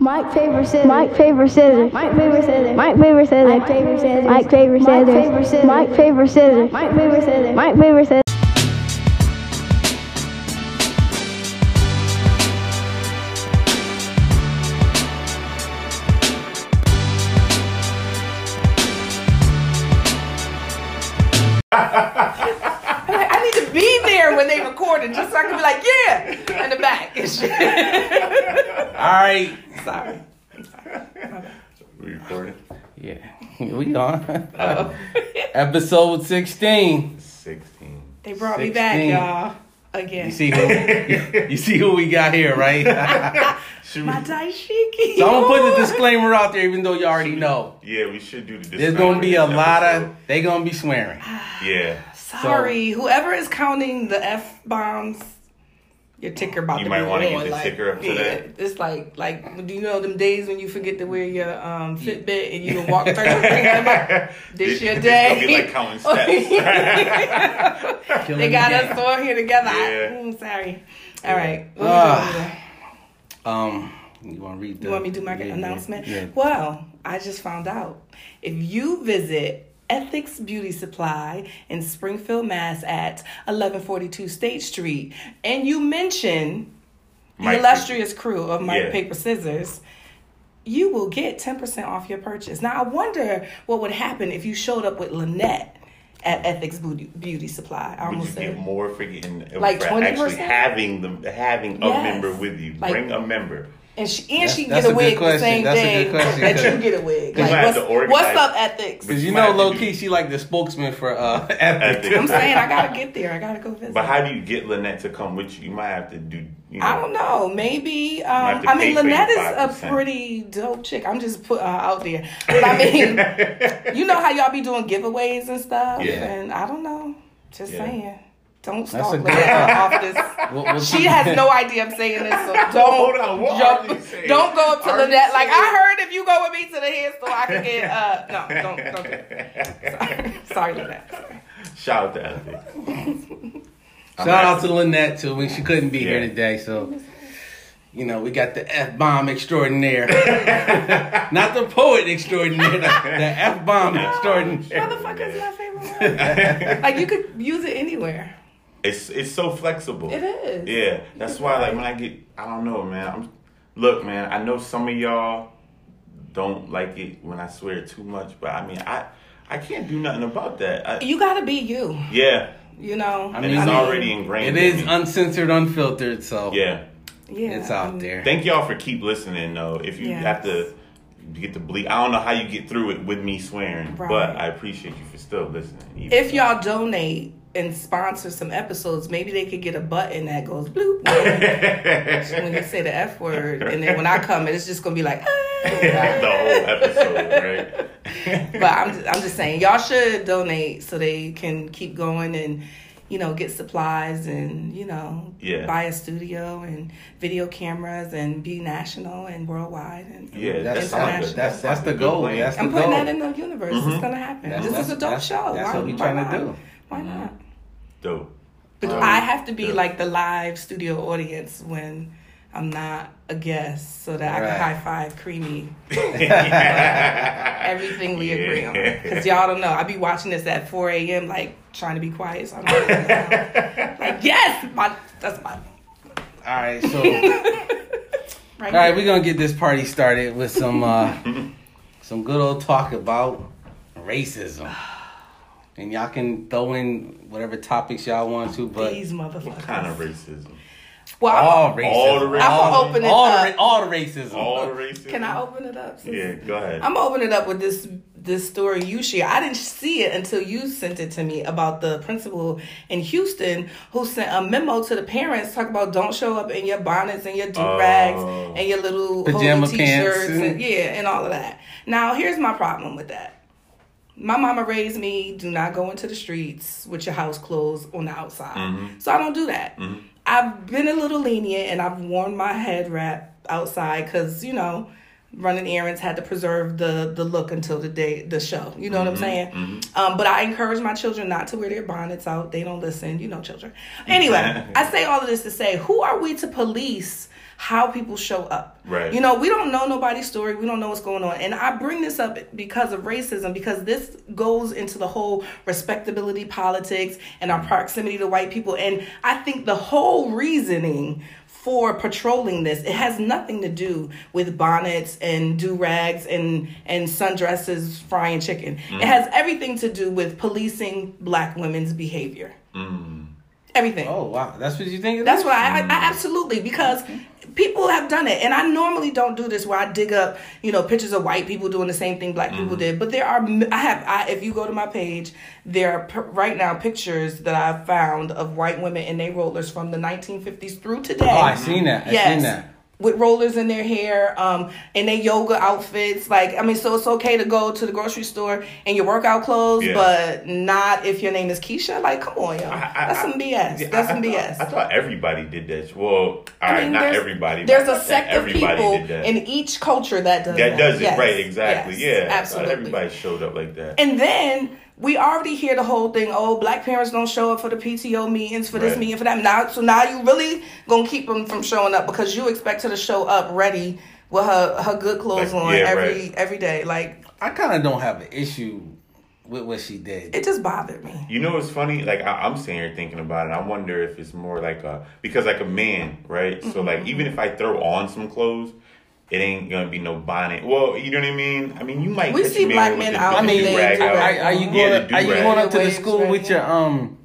Mike Favor said Mike Favor said it. Mike Favor said it. Mike Favor said it. Mike Favor said it. Mike Favor said it. Mike Favor said it. Mike Favor said it. Mike Favor said it. I'm like, I need to be there when they record it, just so I can be like, yeah, in the back. and shit. All right. Sorry. We recording? Yeah, we on. Oh. Episode 16. 16. they brought me back, 16. y'all. Again. You see who you, you see who we got here, right? Should we- my daishiki. Don't put the disclaimer out there even though you already know. yeah, we should do the Oh. There's disclaimer gonna be a in this lot of episode. they gonna be swearing. Ah, Yeah. Sorry, whoever is counting the f bombs, your ticker about You to might be wanna get on, the like, ticker up to yeah, that. It's like like do you know them days when you forget to wear your um Fitbit and you can walk thirty. This your gonna day. be like counting steps. Killing they got the us all here together. I- Yeah. mm, sorry. All right. What we Ah. doing today? game. Um, you wanna read the You want me to do my yeah, yeah, announcement? Yeah. Well, I just found out. If you visit Ethics Beauty Supply in Springfield, Mass at 1142 State Street, and you mention the Mike- illustrious crew of Mike Yeah. Paper Scissors, you will get 10% off your purchase. Now, I wonder what would happen if you showed up with Lynette at Ethics Beauty, Beauty Supply. I Would almost you get said. more for getting uh, Like for actually 20%? having them having a Yes. member with you? Like- Bring a member. And she, and That's- she can that's get a a good wig the question. same That's a day good question, that you cause- get a wig. you Like, might have what's, to organize- what's up, Ethics? Cause you Might know have to low do- key she like the spokesman for uh ethics. I'm saying I gotta get there. I gotta go visit. But how do you get Lynette to come with you? You might have to do. You know, I don't know. Maybe Might um, have to I mean pay for Lynette is your a 5%. pretty dope chick. I'm just put uh, out there. But I mean, you know how y'all be doing giveaways and stuff, Yeah. and I don't know. Just Yeah. saying, don't That's start a Lynette good- off this. We'll- we'll- She has no idea I'm saying this, so don't Hold on, what are you jump, saying? don't go up to Are you Lynette like saying- I heard if you go with me to the hair store, I can get uh no don't don't do it. Sorry, Lynette. Sorry. Shout out to Ethics. Shout out to Lynette too when she couldn't be Yeah. here today, so you know, we got the F bomb extraordinaire. Not the poet extraordinaire, the F bomb extraordinaire. Motherfucker's my favorite word. like you could use it anywhere. It's it's so flexible. It is. Yeah, that's why. Like when I get, I don't know, man. I'm look, man. I know some of y'all don't like it when I swear too much, but I mean, I I can't do nothing about that. I, You gotta be you. yeah, You know. I and mean, it's already ingrained. It is in me. uncensored, unfiltered, so yeah. Yeah. it's I out mean, there. Thank y'all for keep listening though. If you Yes. have to get the bleep, I don't know how you get through it with me swearing, Right. but I appreciate you for still listening. even If y'all donate and sponsor some episodes, maybe they could get a button that goes bloop when when you say the F word, and then when I come, it's just gonna be like. the "Ah." whole episode, right? But I'm just, I'm just saying, y'all should donate so they can keep going and. You know, get supplies and you know, Yeah. buy a studio and video cameras and be national and worldwide and Yeah, That's, sounds that's, good. that's, That sounds the like a goal. good plan. That's the I'm putting goal. Mm-hmm. that in the universe. It's gonna happen. That's- this that's- is a dope that's- show. that's what we why trying to not? do. Mm-hmm. Why not? Dope. But Um, I have to be yeah. like the live studio audience when I'm not a guest, so that I Right. can high five Creamy everything we agree on. Because y'all don't know, I be watching this at 4 a.m. like trying to be quiet. So I'm like, like yes, my that's my All right, so right. All right, here. we're gonna get this party started with some uh, some good old talk about racism, and y'all can throw in whatever topics y'all want to. But These What kind of Oh. motherfuckers. racism? Well, all racism, All the racism. I'ma open it all, the up. ra- all the racism, All the racism. can I open it up? Yeah, go ahead. I'm gonna open it up with this this story you share. I didn't see it until you sent it to me about the principal in Houston who sent a memo to the parents talking about don't show up in your bonnets and your do rags Oh. and your little Pajama holy pants t-shirts and, and- yeah and all of that. Now here's my problem with that. My mama raised me do not go into the streets with your house clothes on the outside, so I don't do that. I've been a little lenient and I've worn my head wrap outside because you know running errands had to preserve the the look until the day the show you know what i'm saying um, but i encourage my children not to wear their bonnets out they don't listen you know children anyway i say all of this to say who are we to police how people show up. Right. You know, we don't know nobody's story. We don't know what's going on. And I bring this up because of racism, because this goes into the whole respectability politics and our proximity to white people. And I think the whole reasoning for patrolling this. It has nothing to do with bonnets and do rags and and sundresses frying chicken. It has everything to do with policing black women's behavior. Everything. Oh wow, that's what you think. it That's is? what I, I, I absolutely because people have done it, and I normally don't do this where I dig up you know pictures of white people doing the same thing black Mm-hmm. people did. But there are m- I have I, if you go to my page, there are p- right now pictures that I've found of white women in their rollers from the 1950s through today. Oh, I seen that. I seen that. With rollers in their hair, um, in their yoga outfits. Like, I mean, so it's okay to go to the grocery store in your workout clothes, Yeah. but not if your name is Keisha. Like, come on, y'all. I- I- That's some I- BS. yeah, That's I- some I thought- BS. I thought everybody did that. Well, all right, not there's- everybody. but There's I a thought sect of everybody people did that. in each culture that does that that. does it Yes, right. Exactly. yes, yeah. absolutely. Absolutely. everybody showed up like that. And then we already hear the whole thing. Oh, black parents don't show up for the PTO meetings, for this Right. meeting, for that. Now, so now you really gonna keep them from showing up because you expect her to show up ready with her her good clothes Like, on yeah, every right. every day. Like I kind of don't have an issue with what she did. it just bothered me. You know what's funny? Like I, I'm sitting here thinking about it. I wonder if it's more like a because like a man, right? So like even if I throw on some clothes, it ain't gonna be no bonnet. Well, you know what I mean? I mean you might. We catch a see man black with men the- out with I the mean, they do-rag do out. that. are, are you going? Yeah, the are you do-rag. going up to the Waves, school right. with your um,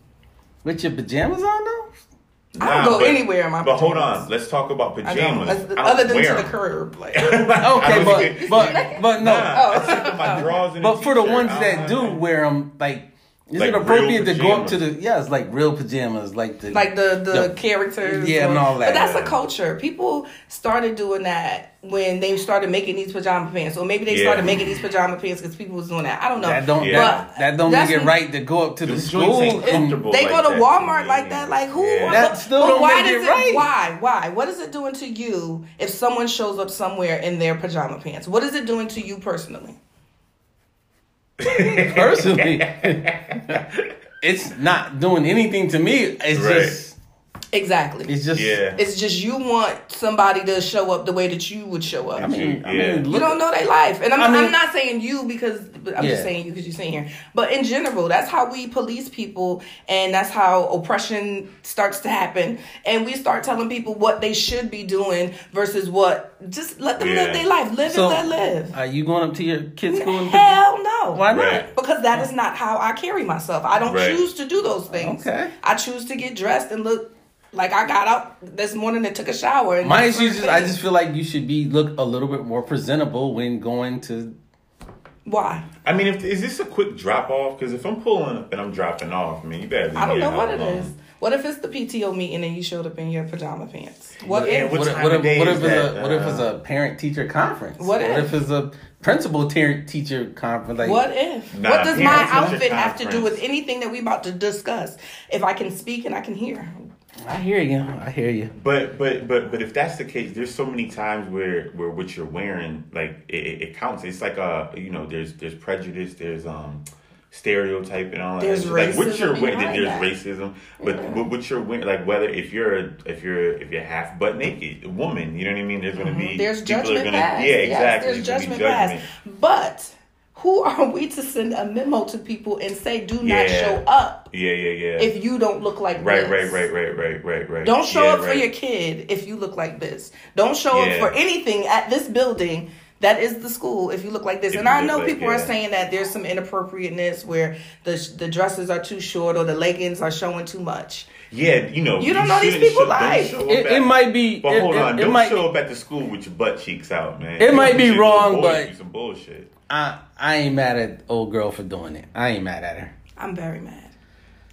with your pajamas on though? I don't Nah, go but- anywhere in my But hold pajamas. on, let's talk about I don't- pajamas. I don't Other than wear to the 'em. curb, like I Okay, don't but even- but but no. Nah, I sleep with my drawers and a But for the t-shirt. ones I that do don't wear know. 'em, wear them, like, is Like it real appropriate to go up to the? pajamas. Yeah, it's like real pajamas, like the like the the characters yeah, and all but that. that's Yeah. a culture people started doing that when they started making these pajama pants or maybe they Yeah. started making these pajama pants because people was doing that i don't know That don't Yeah. that, that don't that's- make it right to go up to the Them school. joints ain't And, comfortable they like go to that. Walmart like that. Like who? Yeah. That still don't why make it does right. Why? Why? What is it doing to you if someone shows up somewhere in their pajama pants? What is it doing to you personally? personally, it's not doing anything to me. It's Right. just Exactly. it's just Yeah. It's just you want somebody to show up the way that you would show up. I mean, I Yeah. mean, You look, don't know their life, and I'm, I mean- I'm not saying you because but I'm Yeah. just saying you because you're sitting here. But in general, that's how we police people, and that's how oppression starts to happen. And we start telling people what they should be doing versus what. Just let them Yeah. live their life. Live so and let live. are you going up to your kids' school? And Hell no. Why not? Right. Because that is not how I carry myself. I don't Right. choose to do those things. Okay. I choose to get dressed and look like I got out this morning and took a shower. And My issue is just, I just feel like you should be look a little bit more presentable when going to. why. I mean, if is this a quick drop off? Because if I'm pulling up and I'm dropping off, man, you better. Be I don't here know what how it long. is. What if it's the PTO meeting and you showed up in your pajama pants? What Yeah, if? what- What if, time what of if, day what is if it's a that? Uh-huh. what if it's a parent teacher conference? What if? it's a principal ter- teacher conference? Like, What if? Nah, what does parents my teacher outfit have to do conference. with anything that we about to discuss? If I can speak and I can hear, I hear you. I hear you. But but but but if that's the case, there's so many times where where what you're wearing like it, it- it counts. It's like uh you know there's there's prejudice, there's um stereotype and all that. There's So, like what racism you're wearing, behind there's that. racism. But but what you're wearing, like whether if you're if you're if you're half butt naked a woman, you know what I mean. There's gonna be Mm-hmm. there's people are judgment gonna- passed. Yeah, exactly. Yes, there's gonna be judgment, passed. But who are we to send a memo to people and say, "Do not Yeah. show up Yeah, yeah, yeah. if you don't look like right, this"? right, right, right, right, right, right. Don't show Yeah, up for right. your kid if you look like this. Don't show Yeah. up for anything at this building that is the school if you look like this. If and you I look know like- people are yeah. saying that there's some inappropriateness where the the dresses are too short or the leggings are showing too much. Yeah, you know. You don't know these shouldn't people show- don't life. show up It- at- it might be- But it- hold it- on, it don't might- show up at the school with your butt cheeks out, man. It might be Shit, wrong, boy, but- you some bullshit. I I ain't mad at old girl for doing it. I ain't mad at her. I'm very mad.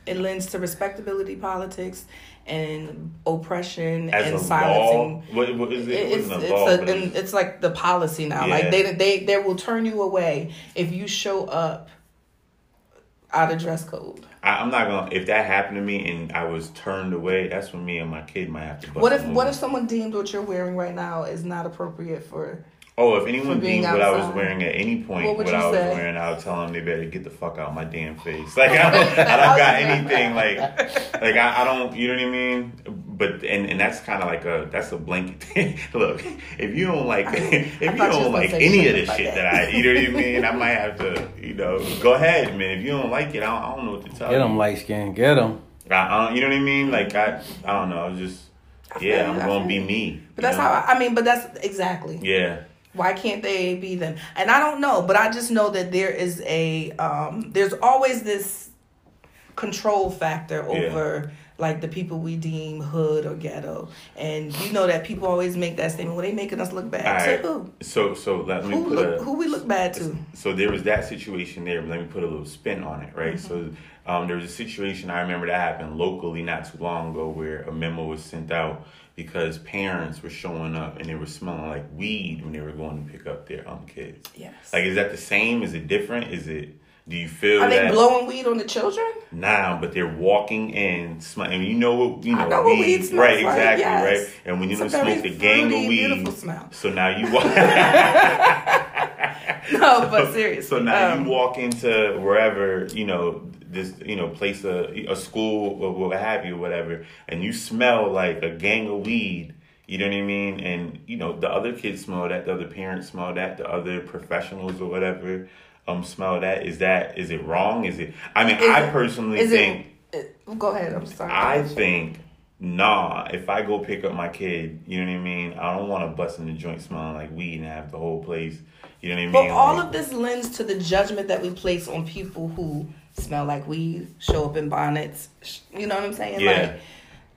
It lends to respectability politics and oppression As and a silencing. law, what, what is it? It- It it's wasn't it's, a law, a, but it and was- it's like the policy now. Yeah. Like they they they will turn you away if you show up out of dress code. I, I'm not gonna. If that happened to me and I was turned away, that's when me and my kid might have to. Bust What if a move. what if someone deemed what you're wearing right now is not appropriate for? Oh, if anyone for being deemed what I was outside? wearing at any point, What what, would I you was say? wearing, I would tell them they better get the fuck out of my damn face. Like I don't, I don't got anything. Like, like I, I don't. You know what I mean? but and, and that's kind of like a that's a blanket thing. Look, if you don't like if you thought you was don't gonna like say any of shit the like shit that. that I you know what I mean, I might have to you know go ahead, man. If you don't like it, I don't, I don't know what to tell Get you. him, light skin. Get him. I, I don't, you know what I mean? Like I I don't know. I was just feel yeah, you, I'm I gonna feel be you. me. But that's how I, I mean, but that's exactly. yeah. Why can't they be them? And I don't know, but I just know that there is a um there's always this control factor Yeah. over like the people we deem hood or ghetto. And you know that people always make that statement. Well, they making us look bad All right. to who? So so let me Who put look, a who we look bad to? so there was that situation there. But let me put a little spin on it, right? Mm-hmm. So um, there was a situation I remember that happened locally not too long ago where a memo was sent out because parents were showing up and they were smelling like weed when they were going to pick up their um kids. Yes. Like, is that the same? Is it different? Is it? Do you feel Are they that blowing weed on the children? now? But they're walking in smelling. And you know what? You know, know what weed smells right? like, Exactly. yes. Right. And when you It's a don't very smoke the gang of fruity, weed, beautiful smell. so now you walk. No, but seriously. So now um, you walk into wherever you know this you know place uh, a a school or what have you whatever, and you smell like a gang of weed. You know what I mean? And you know the other kids smell that, the other parents smell that, the other professionals or whatever um smell that. Is that is it wrong? Is it? I mean, is I it- personally is think. It, it, go ahead. I'm sorry. I think, nah, if I go pick up my kid, you know what I mean? I don't want to bust in the joint smelling like weed and have the whole place, you know what I mean? But all Like, of this lends to the judgment that we place on people who smell like weed, show up in bonnets. sh- You know what I'm saying? Yeah. Like,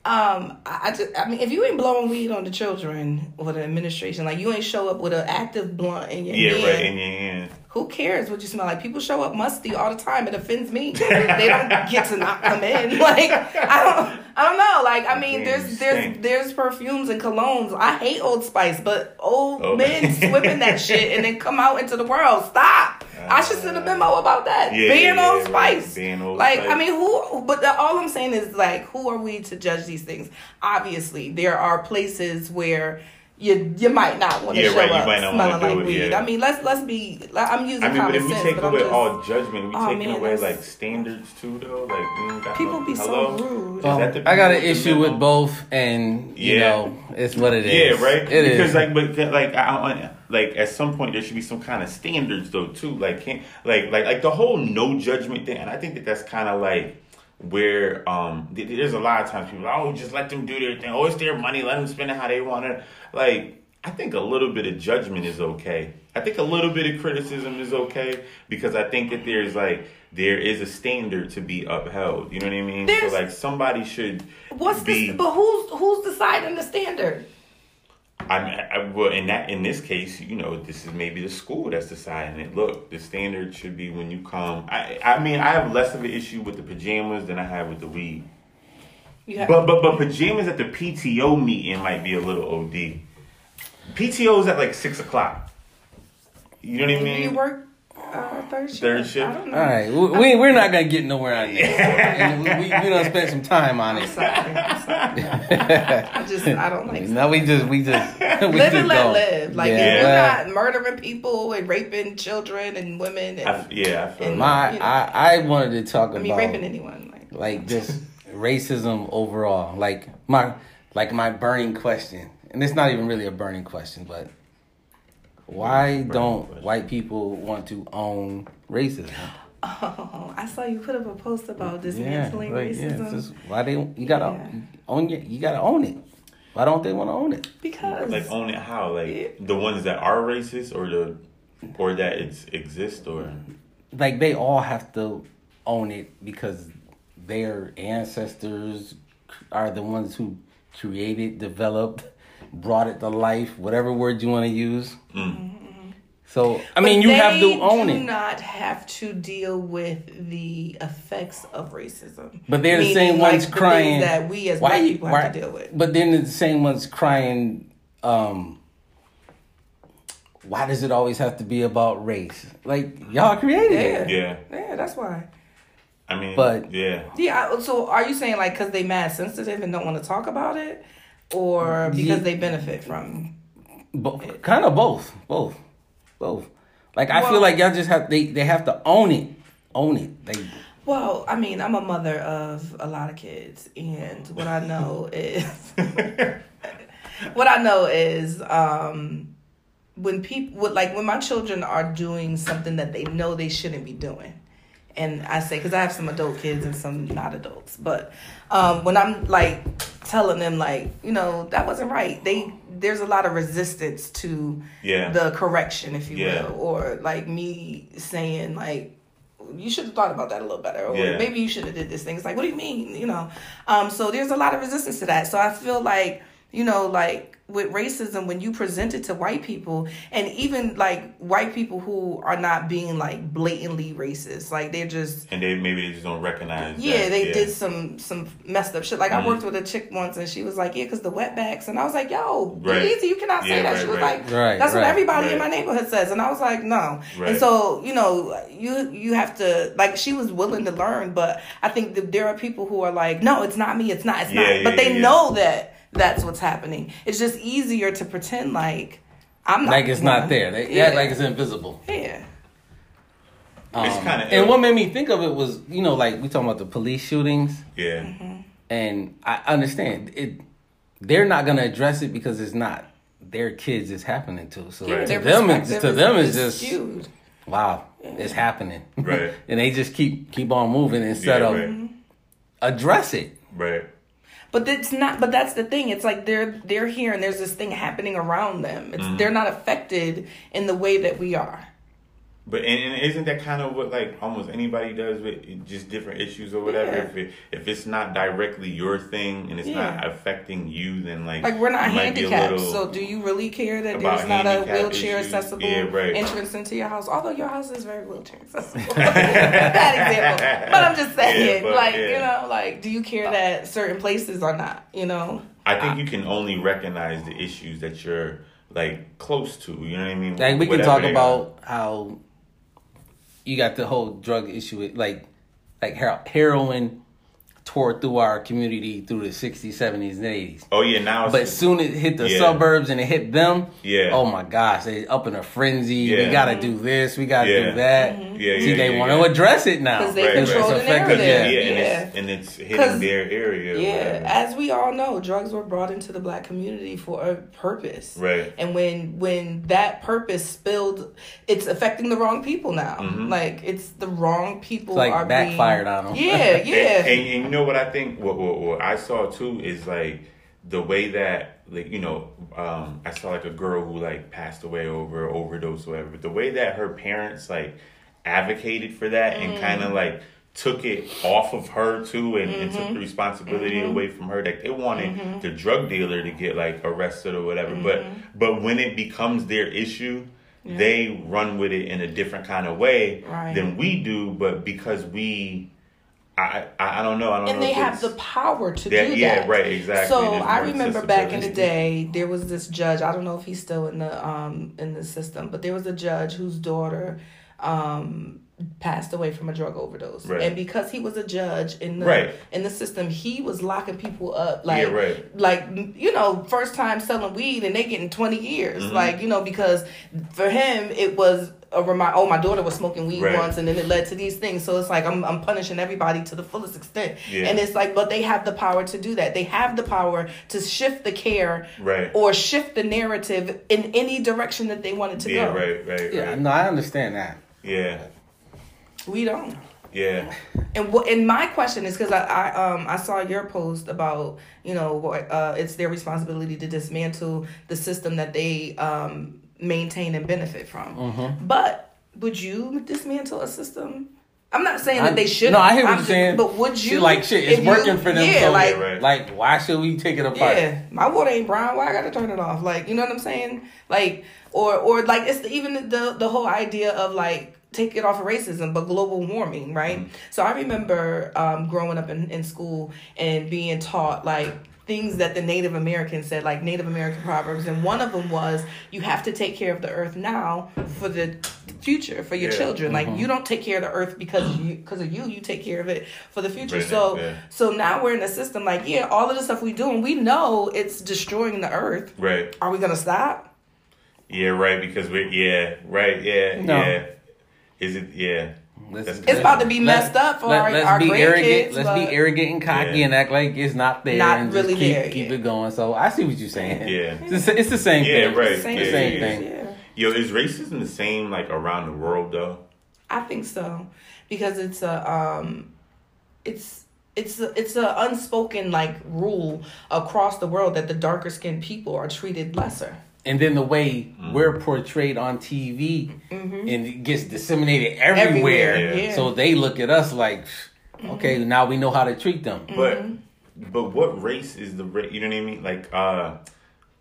um, I, I just, I mean, if you ain't blowing weed on the children or the administration, like you ain't show up with an active blunt in your yeah, hand, right, in your hand. who cares what you smell like? People show up musty all the time. It offends me. they don't get to not come in. Like I don't, I don't know. Like I mean, Man, you there's there's stink. there's perfumes and colognes. I hate Old Spice, but old Oh. men swim in that shit and then come out into the world. Stop. I should send a memo about that. Uh, Yeah, Being yeah, Old yeah, right. Spice. Being Old like Spice. I mean, who? But the, all I'm saying is like, who are we to judge these things? Obviously, there are places where. You, you might not want to Yeah, show right, you up might not wanna smelling do like it, weed. yeah. I mean, let's let's be. Like, I'm using I mean, but common if we sense, take but I'm away just, all judgment, we Oh, taking man, away that's- like standards too, though. Like we ain't got people no- be hello? so rude. Is Um, that the I got people an with the issue with memo? both, and you Yeah. know, it's what it Yeah, is. right. It is. because like, but that- like, I, I- like at some point there should be some kind of standards though too. Like, can't like like like the whole no judgment thing, and I think that that's kind of like where um th- th- there's a lot of times people oh just let them do their thing, oh it's their money, let them spend it how they want it. Like, I think a little bit of judgment is okay. I think a little bit of criticism is okay because I think that there's like there is a standard to be upheld. You know what I mean? There's- so like somebody should What's be this? But who's who's deciding the standard? I, I well in that in this case, you know, this is maybe the school that's deciding it. Look, the standard should be when you come. I I mean, I have less of an issue with the pajamas than I have with the weed. You have, But but but pajamas at the PTO meeting might be a little OD. PTO's at like six o'clock. You know what do I you mean? work uh, third shift? Third shift? I don't know. All right, we, we we're not gonna get nowhere on this. And we, we, we done spent some time on it. Sorry, I'm sorry. I just I don't like. No, we just we just we live just and let don't. live. Like Yeah, if you're well, not murdering people and raping children and women, and, I, yeah, I feel And like, my you know. I I wanted to talk I mean about raping anyone. Like like just racism overall. Like my like my burning question, and it's not even really a burning question, but why don't question. white people want to own racism? oh, I saw you put up a post about dismantling like, yeah, racism. it's just- why they you gotta Yeah. own your, you gotta own it. Why don't they want to own it? because like own it how like Yeah. the ones that are racist or the or that it's exist or like they all have to own it because their ancestors are the ones who created, developed, brought it to life, whatever word you want to use. So I mean, But you have they to own do it, not have to deal with the effects of racism. but they're the Meaning, same like, ones the things crying that we as Why white you- people why- have to deal with. But then the same ones crying. um why does it always have to be about race? Like y'all created Yeah. it. yeah. Yeah, that's why. I mean, But- yeah. Yeah. I- So are you saying like because they mad sensitive and don't want to talk about it, or because Ye- they benefit from? Bo- kind of both, both, both. Like I Well- feel like y'all just have they they have to own it, own it. Like Well, I mean, I'm a mother of a lot of kids, and what I know is what I know is um, when people like when my children are doing something that they know they shouldn't be doing, and I say because I have some adult kids and some not adults, but um, when I'm like telling them like you know that wasn't right, they there's a lot of resistance to Yeah. the correction, if you Yeah. will, or like me saying like you should have thought about that a little better or Yeah. maybe you should have did this thing it's like what do you mean you know um so there's a lot of resistance to that so i feel like you know like with racism when you present it to white people and even like white people who are not being like blatantly racist like they're just and they maybe they just don't recognize. yeah, that, Mm. they did some some messed up shit. Like I worked with a chick once, and she was like, "Yeah, because the wetbacks," and I was like, "Yo, be Right. easy, you cannot say Yeah, that." right, she was right. like, Right, "That's what right, everybody in my right. neighborhood says," and I was like, "No." Right. And so you know, you you have to like she was willing to learn, but I think that there are people who are like, "No, it's not me, it's not, it's Yeah, not," yeah, but they yeah, yeah. know that that's what's happening. It's just easier to pretend like I'm not Like it's not one. there. They, Uh-huh. yeah, act like it's invisible. yeah, It's Um, kinda ill. and what made me think of it was, you know, like we talking about the police shootings, yeah, Mm-hmm. and I understand it. They're not gonna address it because it's not their kids. It's happening to so Their to them, it's, perspective to is- them, is it's just skewed. wow, it's happening, Right. and they just keep keep on moving instead yeah, of right, address it. right, But it's not. But that's the thing. It's like they're they're here, and there's this thing happening around them. Mm-hmm. It's, They're not affected in the way that we are. But and, and isn't that kind of what like almost anybody does with just different issues or whatever? Yeah. If it, if it's not directly your thing and it's not Yeah. affecting you, then like Like we're not you might be a handicapped. little- so do you really care that about there's not a handicap wheelchair issues? accessible Yeah, right. entrance into your house? Although your house is very wheelchair accessible. Bad example. But I'm just saying, Yeah, but, like you yeah. know, like do you care that certain places are not? You know. I think you can only recognize the issues that you're like close to. You know what I mean? Like we can Whatever talk they are. about how you got the whole drug issue, with, like like her- heroin tore through our community through the '60s, '70s, and '80s. Oh yeah, now it's But soon it hit the Yeah. suburbs and it hit them. Yeah. Oh my gosh, they up in a frenzy. Yeah. We gotta do this. We gotta Yeah. do that. Yeah, See, yeah, they yeah, want to yeah. address it now 'Cause Mm-hmm. they control it's the affecting- narrative. Yeah. yeah, and it's and it's hitting 'Cause- their area. or Yeah, whatever. as we all know, drugs were brought into the black community for a purpose. Right. And when when that purpose spilled, it's affecting the wrong people now. Mm-hmm. Like it's the wrong people It's like are backfired being, on 'em. Yeah, And, yeah. and, and you know what I think? What, what what I saw too is like the way that like you know um, I saw like a girl who like passed away over overdose or whatever. But the way that her parents like advocated for that and Mm. kind of like took it off of her too and, and Mm-hmm. took the responsibility away from her like they wanted the drug dealer to get like arrested or whatever but Mm-hmm. but when it becomes their issue they run with it in a different kind of way Right. than we do but because we I, I I don't know. I don't and know. they if have it's- the power to Yeah, do yeah, that. right, exactly. So There's I more remember back in the accessibility. day, there was this judge. I don't know if he's still in the um in the system, but there was a judge whose daughter um passed away from a drug overdose, Right. and because he was a judge in the Right. in the system, he was locking people up like Yeah, right. like you know first time selling weed and they getting twenty years, Mm-hmm. like you know because for him it was. A remind, oh, my daughter was smoking weed Right. once, and then it led to these things. So it's like I'm, I'm punishing everybody to the fullest extent, Yeah. and it's like, but they have the power to do that. They have the power to shift the care Right. or shift the narrative in any direction that they want it to yeah, go. right, right, Yeah, right. no, I understand that. yeah, We don't. yeah, And what? And my question is because I, I um I saw your post about you know what uh it's their responsibility to dismantle the system that they um maintain and benefit from. Mm-hmm. But would you dismantle a system? I'm not saying that I- they should. No, I hear I'm what you're just- saying. But would Shit, you? like shit? if It's you- working for them. Yeah, so like Yeah, right. like why should we take it apart? Yeah, my water ain't brown. Why I gotta turn it off? Like, you know what I'm saying? Like, or or like it's the, even the the whole idea of like take it off of racism, but global warming, right? So I remember um, growing up in, in school and being taught like things that the Native Americans said, like Native American proverbs, and one of them was you have to take care of the earth now for the future for your Yeah. children. Like you don't take care of the earth because you because of you, you take care of it for the future. Right now, so yeah. so now we're in a system like, yeah, all of the stuff we doing, we know it's destroying the earth. right, Are we gonna stop? yeah, right. Because we're yeah, right, yeah, No. yeah. Is it yeah? Let's- It's let's- about to be messed up for our- let's our be grandkids, arrogant. Let's but- be arrogant and cocky Yeah. and act like it's not there. Not and just really keep, there Keep yet. it going. So I see what you're saying. Yeah. it's the, sa- it's the same Yeah, thing. right. It's Same the same thing. thing. Yeah. Yo, is racism the same like around the world though? I think so because it's a um, it's it's a, it's a unspoken like rule across the world that the darker skinned people are treated lesser. And then the way we're portrayed on TV and it gets disseminated everywhere. Mm-hmm. Everywhere, Mm-hmm. yeah. So they look at us like, okay, now we know how to treat them. But but what race is the ra- you know what I mean? Like uh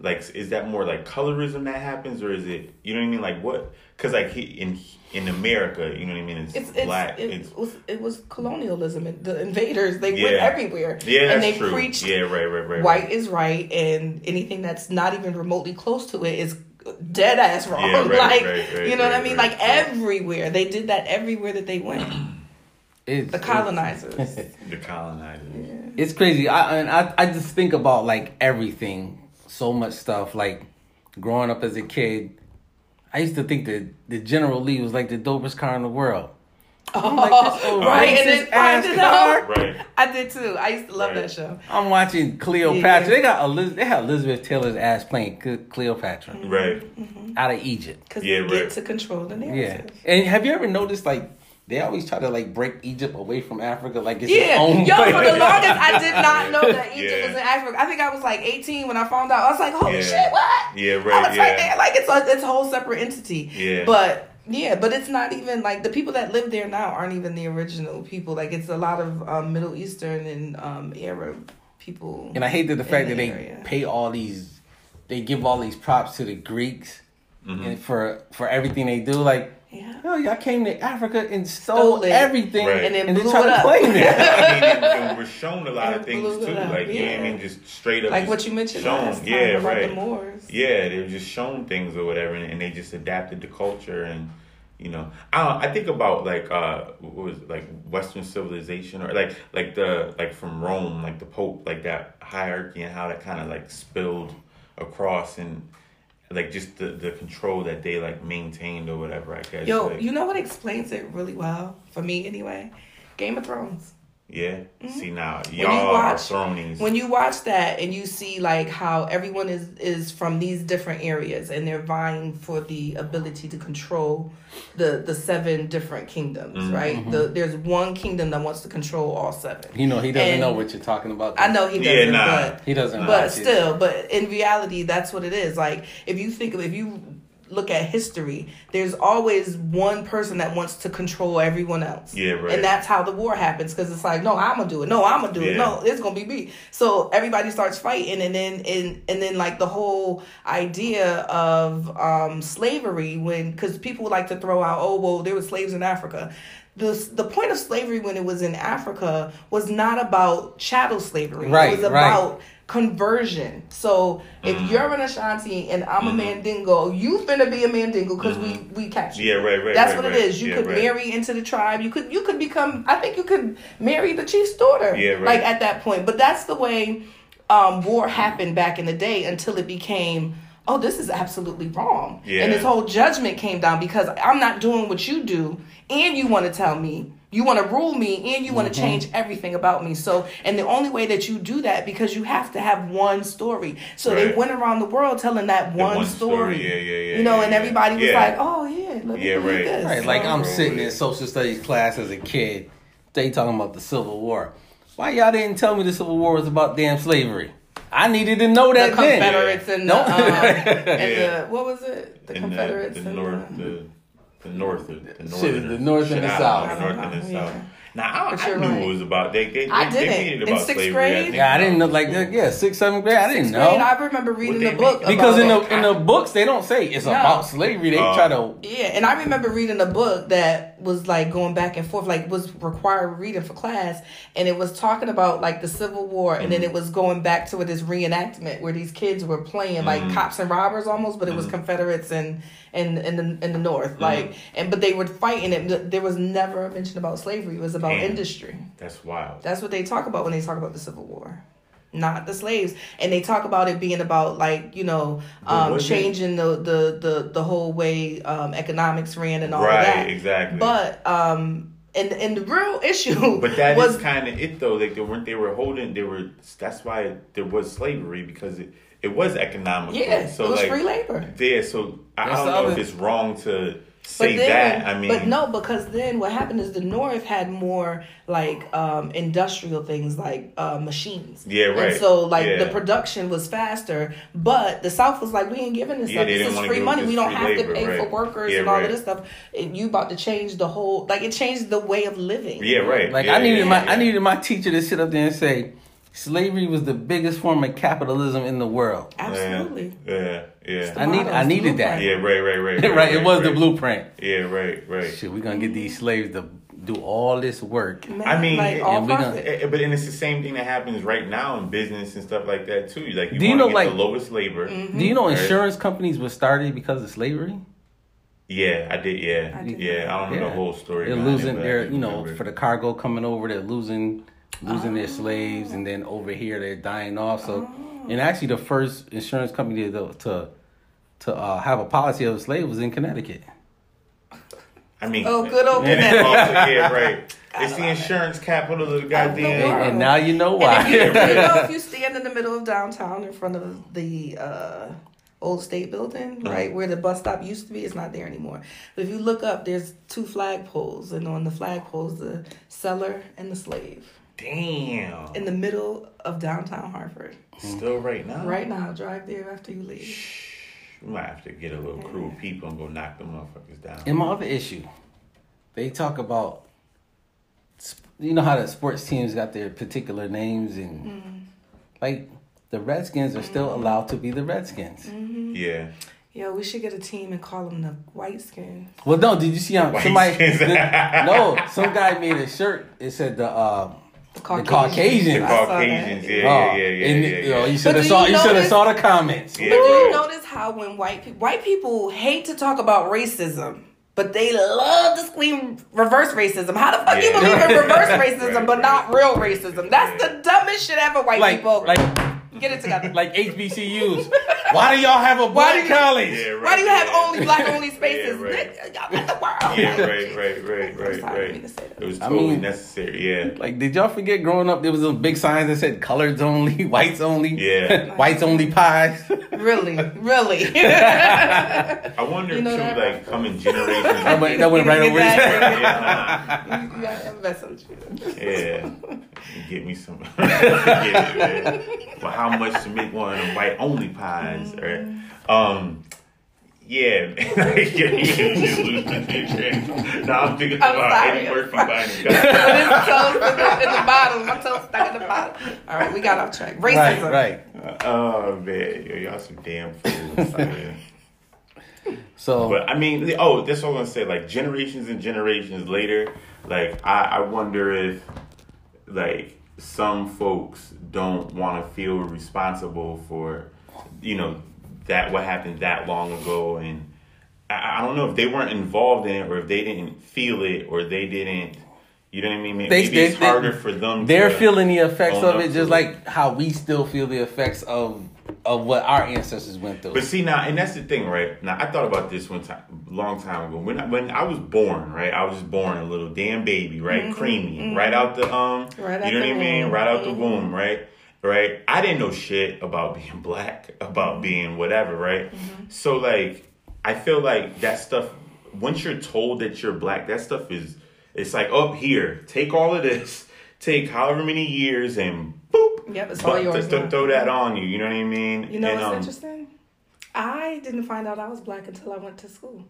like is that more like colorism that happens or is it you know what I mean like what cuz like he, in in America, you know what I mean, it's, It's, it's, black it, it's was it was colonialism and the invaders they went Yeah. everywhere yeah, and that's they true. preached yeah, right, right, right. white right. is right and anything that's not even remotely close to it is dead ass wrong Yeah, right, like right, right, you know what right, i mean right, like right. everywhere they did that everywhere that they went It's, the colonizers the colonizers. it's crazy. I and I I just think about like everything, so much stuff. Like growing up as a kid, I used to think that the General Lee was like the dopest car in the world. oh, like, this old right and racist then I ass did car. know. Right. I did too i used to love Right. that show I'm watching Cleopatra. They got Eliz- they had Elizabeth Taylor's ass playing Cle- Cleopatra Right. Mm-hmm. out of Egypt. because Yeah, you get right. to control the Yeah, narrative and have you ever noticed like they always try to like break Egypt away from Africa, like it's its Yeah, own. yo, place. for the longest, I did not know that Egypt Yeah. was in Africa. I think I was like 18 when I found out. I was like, holy Yeah. shit, what? Yeah, I right, was yeah. right there. Like, it's a, it's a whole separate entity. Yeah. But, yeah, but it's not even like the people that live there now aren't even the original people. Like, it's a lot of um, Middle Eastern and um, Arab people. And I hated the fact the that they area. pay all these, they give all these props to the Greeks and for for everything they do. Like, Yeah. hell, y'all came to Africa and stole, Stole it. everything, Right. And then and they blew try it to up. claim it. I mean, and, and we're shown a lot of And things blew too. it up, Like you know what I yeah. mean, just straight up. Like just what you mentioned shown. last time yeah, about right. the Moors. Yeah, they were just shown things or whatever, and, and they just adapted the culture and. You know, I I think about like uh what was it, like Western civilization or like like the like from Rome like the Pope like that hierarchy and how that kind of like spilled across and like just the, the control that they like maintained or whatever I guess. Yo, like, you know what explains it really well? For me, anyway? Game of Thrones. yeah. See now Mm-hmm. when y'all you are watch thronies. when you watch that and you see like how everyone is is from these different areas and they're vying for the ability to control the the seven different kingdoms Mm-hmm. Mm-hmm. right the, there's one kingdom that wants to control all seven You know, he doesn't And know what you're talking about. i know he Yeah, doesn't nah. but He doesn't but watch it. still but in reality that's what it is like if you think of if you look at history there's always one person that wants to control everyone else Yeah, right. and that's how the war happens because it's like no i'm gonna do it no i'm gonna do it Yeah. no it's gonna be me so everybody starts fighting and then and and then like the whole idea of um slavery when because people like to throw out oh well there were slaves in africa the, the point of slavery when it was in Africa was not about chattel slavery. Right, it was right. about conversion. So if Mm-hmm. you're an Ashanti and I'm a Mandingo, you finna be a Mandingo because we we captured. Mm-hmm. Yeah, you. right, right, That's right, what right. it is. You Yeah, could right. marry into the tribe. You could you could become. I think you could marry the chief's daughter. Yeah, right. Like at that point, but that's the way um, war happened back in the day until it became. Oh, this is absolutely wrong. Yeah. And this whole judgment came down because I'm not doing what you do, and you want to tell me, you want to rule me, and you want to Mm-hmm. change everything about me. So, and the only way that you do that because you have to have one story. So they Right. went around the world telling that The one, one story. story, yeah, yeah, yeah, You know, yeah, and yeah. everybody was Yeah. like, "Oh yeah, let me Yeah, read right. this." Right, like um, I'm Bro, sitting yeah. in social studies class as a kid. They talking about the Civil War. Why y'all didn't tell me the Civil War was about damn slavery? I needed to know the that then. Confederates and the, Don't- um, and Yeah. the what was it? The And Confederates the, the and north, the- the, the north, the, the north, Shit, the North and the South. The north and the Ah, Yeah. south. Now I, But I you're knew right. it was about they. they, they I they didn't. made In it about sixth slavery, grade? think, Yeah, I didn't know in like school. yeah, sixth, seventh grade. I didn't know. Grade, I remember reading they the book make- because about in the it. in the books they don't say it's No. about slavery. They Uh, try to Yeah, and I remember reading a book that was like going back and forth, like was required reading for class, and it was talking about like the Civil War, and then it was going back to this reenactment where these kids were playing like cops and robbers almost, but it was Confederates and and in the in the North, like and but they were fighting it. There was never a mention about slavery. It was about Damn. industry. That's wild. That's what they talk about when they talk about the Civil War. not the slaves and they talk about it being about like you know um was it- changing the, the the the whole way um economics ran and all Right, of that exactly. but um and and the real issue But that was kind of it though. Like they weren't they were holding they were that's why there was slavery because it it was economical. yeah so it was like free labor yeah. So I, I That's don't the know if other- it's wrong to But say then- that. I mean, but no, because then what happened is the North had more like um, industrial things, like uh, machines. Yeah, right. And so like Yeah. the production was faster, but the South was like, we ain't giving this Yeah, stuff. they This didn't is wanna free give money. this We don't free have labor, to pay for right. workers Yeah, and all right. of this stuff. And you about to change the whole like it changed the way of living. yeah, right. Like yeah, I needed yeah, my yeah. I needed my teacher to sit up there and say, slavery was the biggest form of capitalism in the world. Absolutely. Yeah, yeah, I need I needed that. yeah. Right, right, right. right, it was the blueprint. Yeah, right, right. Shit, we're gonna get these slaves to do all this work. Man, I mean, like, all and we gonna- profit. Eh, eh, But and it's the same thing that happens right now in business and stuff like that too. Like you, Do you wanna know, get like- the lowest labor? Mm-hmm. Do you know Hmm? Right. insurance companies were started because of slavery? Yeah, I did. Yeah, I did. yeah. I don't know the whole story. They're behind it, Oh. losing but I their, do you know, remember. for the cargo coming over, they're losing, losing their slaves, and then over here they're dying off. So, Oh. and actually, the first insurance company to to to uh, have a policy of a slave was in Connecticut. I mean, Oh, good old and it's Connecticut. also- yeah, right. It's the insurance capital of the the And, world. goddamn. and now you know why. And if you, you know, if you stand in the middle of downtown in front of the uh, old state building, Uh-huh. right where the bus stop used to be, it's not there anymore. But if you look up, there's two flagpoles, and on the flagpoles, the seller and the slave Damn. in the middle of downtown Hartford. Still right now. Right now, drive there after you leave. We might have to get a little crew of people and go knock them motherfuckers down. And my other issue, they talk about, sp- you know how the sports teams got their particular names and, Mm. like, the Redskins are still allowed to be the Redskins. yeah. Yo, we should get a team and call them the White Skin. Well, no, did you see how White somebody? skins. no, some guy made a shirt. It said the. Uh, The Caucasians. The I saw that. Caucasians. Yeah, uh, yeah, yeah, yeah, and, yeah, You, know, yeah. you should But have do saw. you You should notice- have saw the comments. Yeah. But do you right. notice how when white people white people hate to talk about racism, but they love to scream reverse racism. How the fuck you Yeah. believe in reverse racism Right, but right. not real racism? That's the dumbest shit ever, white Like, people. like, Get it together. like HBCUs. Why do y'all have a Why black do you- college? Yeah, right, Why do you have yeah. only black only spaces? Yeah, right. Nigga, Y'all got the world. Yeah, right, right, right, sorry, right, I didn't right. mean to say that. It was I totally mean- necessary. Yeah. Like, did y'all forget growing up? There was those big signs that said "coloreds only," "whites only," Yeah. "whites only pies." Really, really. I wonder You know too, that? like coming generations. That went- that went right over his head. yeah, You you got that message. nah, yeah. Get me some. Get it, man. But how much to make one of them white only pies, Mm-hmm. right? Um. Yeah, now I'm thinking I'm about sorry. Eddie Murphy buying a But it's toes in the, in the bottom. My toes stuck in the bottom. All right, we got off track. right, Racism. right. gun. Oh man, yo, y'all some damn fools. man. So, But I mean, the- oh, that's what I'm gonna say. Like generations and generations later, like I, I wonder if like some folks don't want to feel responsible for, you know, that what happened that long ago, and I, I don't know if they weren't involved in it or if they didn't feel it or they didn't. You know what I mean? Maybe They- they- it's they- harder for them. they're to feeling the effects own of up it, to just like how we still feel the effects of of what our ancestors went through. But see now, and that's the thing, right? Now I thought about this one time, long time ago. When I, when I was born, right? I was just born a little damn baby, right? Creamy, right out the um, Mm-hmm. Right out you know the what I mean? womb. Right out the womb, right? Right? I didn't know shit about being black, Mm-hmm. about being whatever, right? So like, I feel like that stuff. Once you're told that you're black, that stuff is it's like up here. Take all of this. Take however many years and boop. Yep, it's all but- yours just now. Mm-hmm. to throw that on you. You know what I mean? You know And, what's um, interesting? I didn't find out I was black until I went to school,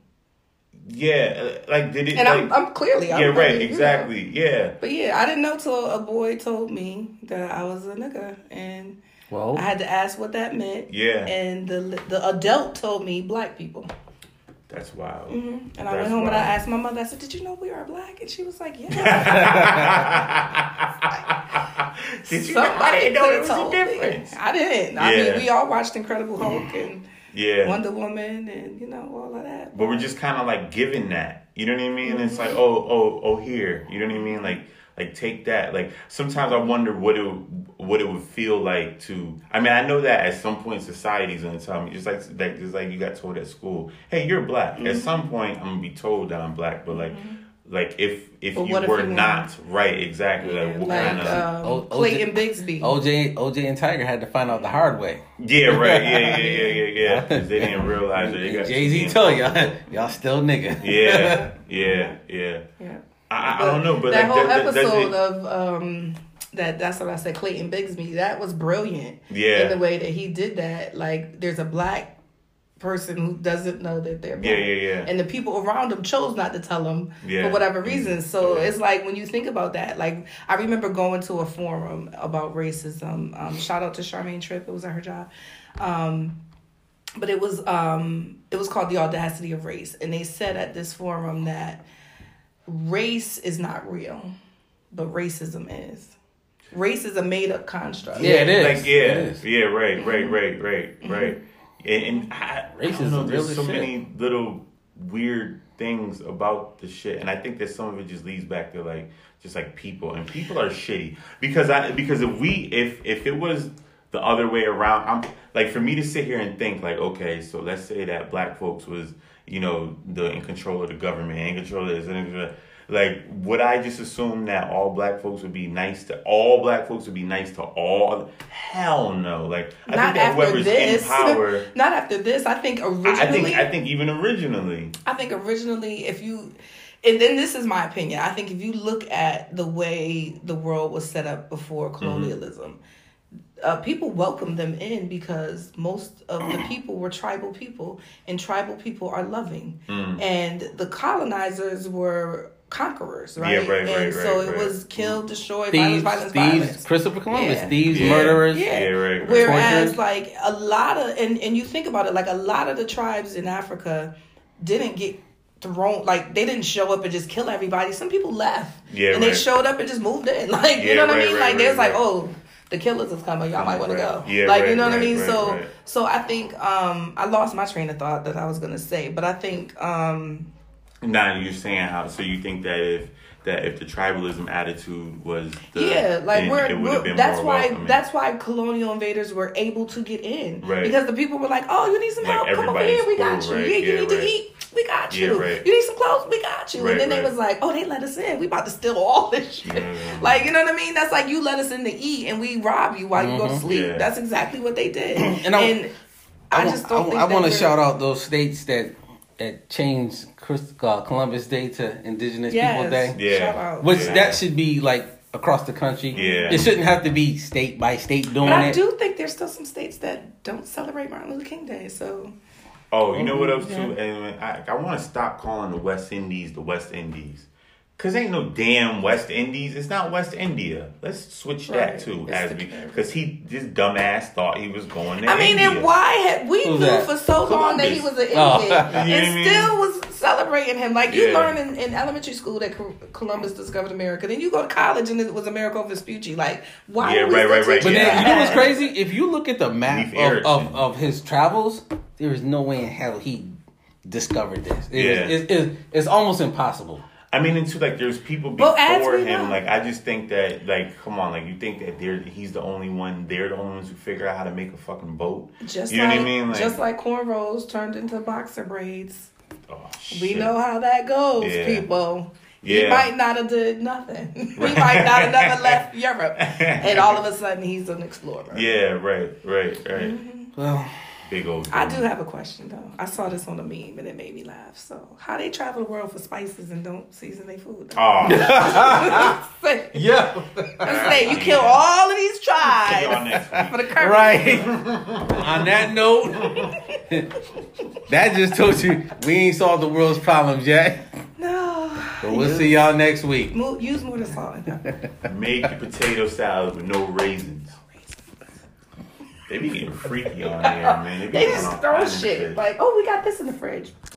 Yeah, uh, like did it? and I'm, like- I'm clearly. I'm yeah, black, you right, know. exactly. Yeah, But yeah, I didn't know till a boy told me that I was a nigga, and Well, I had to ask what that meant. Yeah. and the the adult told me black people, that's wild. and I That's went home and I wild. asked my mother. I said, "Did you know we are black?" And she was like, "Yeah." Did you? I Mm-hmm. Somebody didn't know could've there was a told me. difference. I didn't. I Yeah. mean, we all watched Incredible Hulk and Yeah, Wonder Woman, and you know all of that. Mm-hmm. but we're just kind of like given that. You know what I mean? It's like oh, oh, oh, here. You know what I mean? Like Like take that. Like sometimes I wonder what it what it would feel like to. I mean, I know that at some point society's gonna tell me just like like just like you got told at school, hey, you're black. Mm-hmm. At some point, I'm gonna be told that I'm black. But like, like if if But you what if you were not right, exactly. like what like kind of um, O- O- Clayton Bigsby. OJ, OJ and Tiger had to find out the hard way. yeah, right, yeah, yeah, yeah, yeah, yeah. 'Cause they didn't realize it. They got Jay Z yeah. told y'all, y'all still nigga. Yeah, yeah, yeah. yeah. I, I- I don't know, but that like, whole that- that- that's episode it. of um, that that's what I said, Clayton Bigsby. That was brilliant. Yeah. In the way that he did that, like there's a black person who doesn't know that they're black. Yeah, yeah, yeah. And the people around him chose not to tell him Yeah. Mm-hmm. for whatever reason. So Yeah. it's like when you think about that, like I remember going to a forum about racism. Um, shout out to Charmaine Tripp. It was at her job. Um, but it was um it was called the audacity of race and they said at this forum that race is not real but racism is race is a made-up construct Yeah, it is. Like yeah, It is. yeah, right, right, right, right, Mm-hmm. right. And, and I, I Racism don't know, there's really so shit. many little weird things about the shit, and I think that some of it just leads back to like just like people, and people are shitty because I because if we if if it was the other way around, I'm like for me to sit here and think like okay, so let's say that black folks was you know the in control of the government, in control of this, in control of that. Like, would I just assume that all black folks would be nice to all black folks would be nice to all? other- Hell no! Like, I not think that after whoever's this in power, not after this i think originally I I think, I think even originally, I think originally, if you, and then this is my opinion, I think if you look at the way the world was set up Mm-hmm. before colonialism, uh, people welcomed them in because most of the people were tribal people, and tribal people are loving. Mm. And the colonizers were conquerors, right? right, right, and so right, it right. was killed, destroyed, Thieves, violence, violence, thieves, violence. Christopher Columbus, Yeah. thieves, Yeah. murderers. Yeah. Yeah, right, right. Whereas Tortured. like a lot of and, and you think about it, like a lot of the tribes in Africa didn't get thrown like they didn't show up and just kill everybody. Some people left. Yeah, And they right. showed up and just moved in. Like you Yeah, know what right, I mean? right, like they right, was like, right. Oh, the killers is coming, y'all might want Right. to go. Yeah, like right, you know what right, I mean? right, so right. so I think um I lost my train of thought that I was gonna say, but I think um now you're saying how. So you think that if that if the tribalism attitude was the yeah, like then we're, it would have we're been that's more why welcoming. that's why colonial invaders were able to get in Right. because the people were like, "Oh, you need some Like, help? Come over everybody's here, we got cool, you. right? Yeah, you Yeah, need right. to eat, we got you. Yeah, right. You need some clothes, we got you." and Right, then right. Mm. they was like, "Oh, they let us in. We about to steal all this shit." Like you know what I mean? That's like you let us in to eat and we rob you while you go to sleep. Mm-hmm. Yeah. That's exactly what they did. And and I- I, I, just don't. think that want to we're- shout out those states that that changed Chris, uh, Columbus Day to Indigenous Yes, People Day. Yeah. Shout out. Which Yeah. that should be like across the country. Yeah. It shouldn't have to be state by state doing But I it. do think there's still some states that don't celebrate Martin Luther King Day. So Oh, you know what Mm-hmm. else too? And I, I want to stop calling the West Indies the West Indies. Cause ain't no damn West Indies. It's not West India. Let's switch that Right. too, It's as the- because he this dumbass thought he was going to I mean, India. and why had we Who's knew that? for so long that he was an Indian Oh. You know and what I mean? still was celebrating him? Like you Yeah. learn in, in elementary school that Co- Columbus discovered America, then you go to college and it was America Vespucci. Like why? Yeah, are we right, still right, right. But teaching Yeah. then that? you know what's crazy? If you look at the map of, Leif Erikson. of, of his travels, there is no way in hell he discovered this. It Yeah. was- it- it- it's almost impossible. I mean, and too, like there's people before Well, as we him. know. Like I just think that, like, come on, like you think that they're he's the only one. They're the only ones who figure out how to make a fucking boat. Just you know like, what I mean? Like, just like cornrows turned into boxer braids. oh, We shit. know how that goes, Yeah. people. He Yeah. might not have did nothing. he might not have never left Europe, and all of a sudden he's an explorer. Yeah, right, right, right. Well, Big old. Mm-hmm. I dude. do have a question though. I saw this on a meme and it made me laugh. So, how they travel the world for spices and don't season their food? Though? Oh, I'm yeah, saying you kill all of these y'all tribes next week. for the curry. right. On that note, that just told you we ain't solved the world's problems yet. No, But we'll see y'all next week. Mo- use more than salt. and pepper. Make your potato salad with no raisins. They be getting freaky on there, man. They, be They doing just all throw kinds of shit like, oh, we got this in the fridge.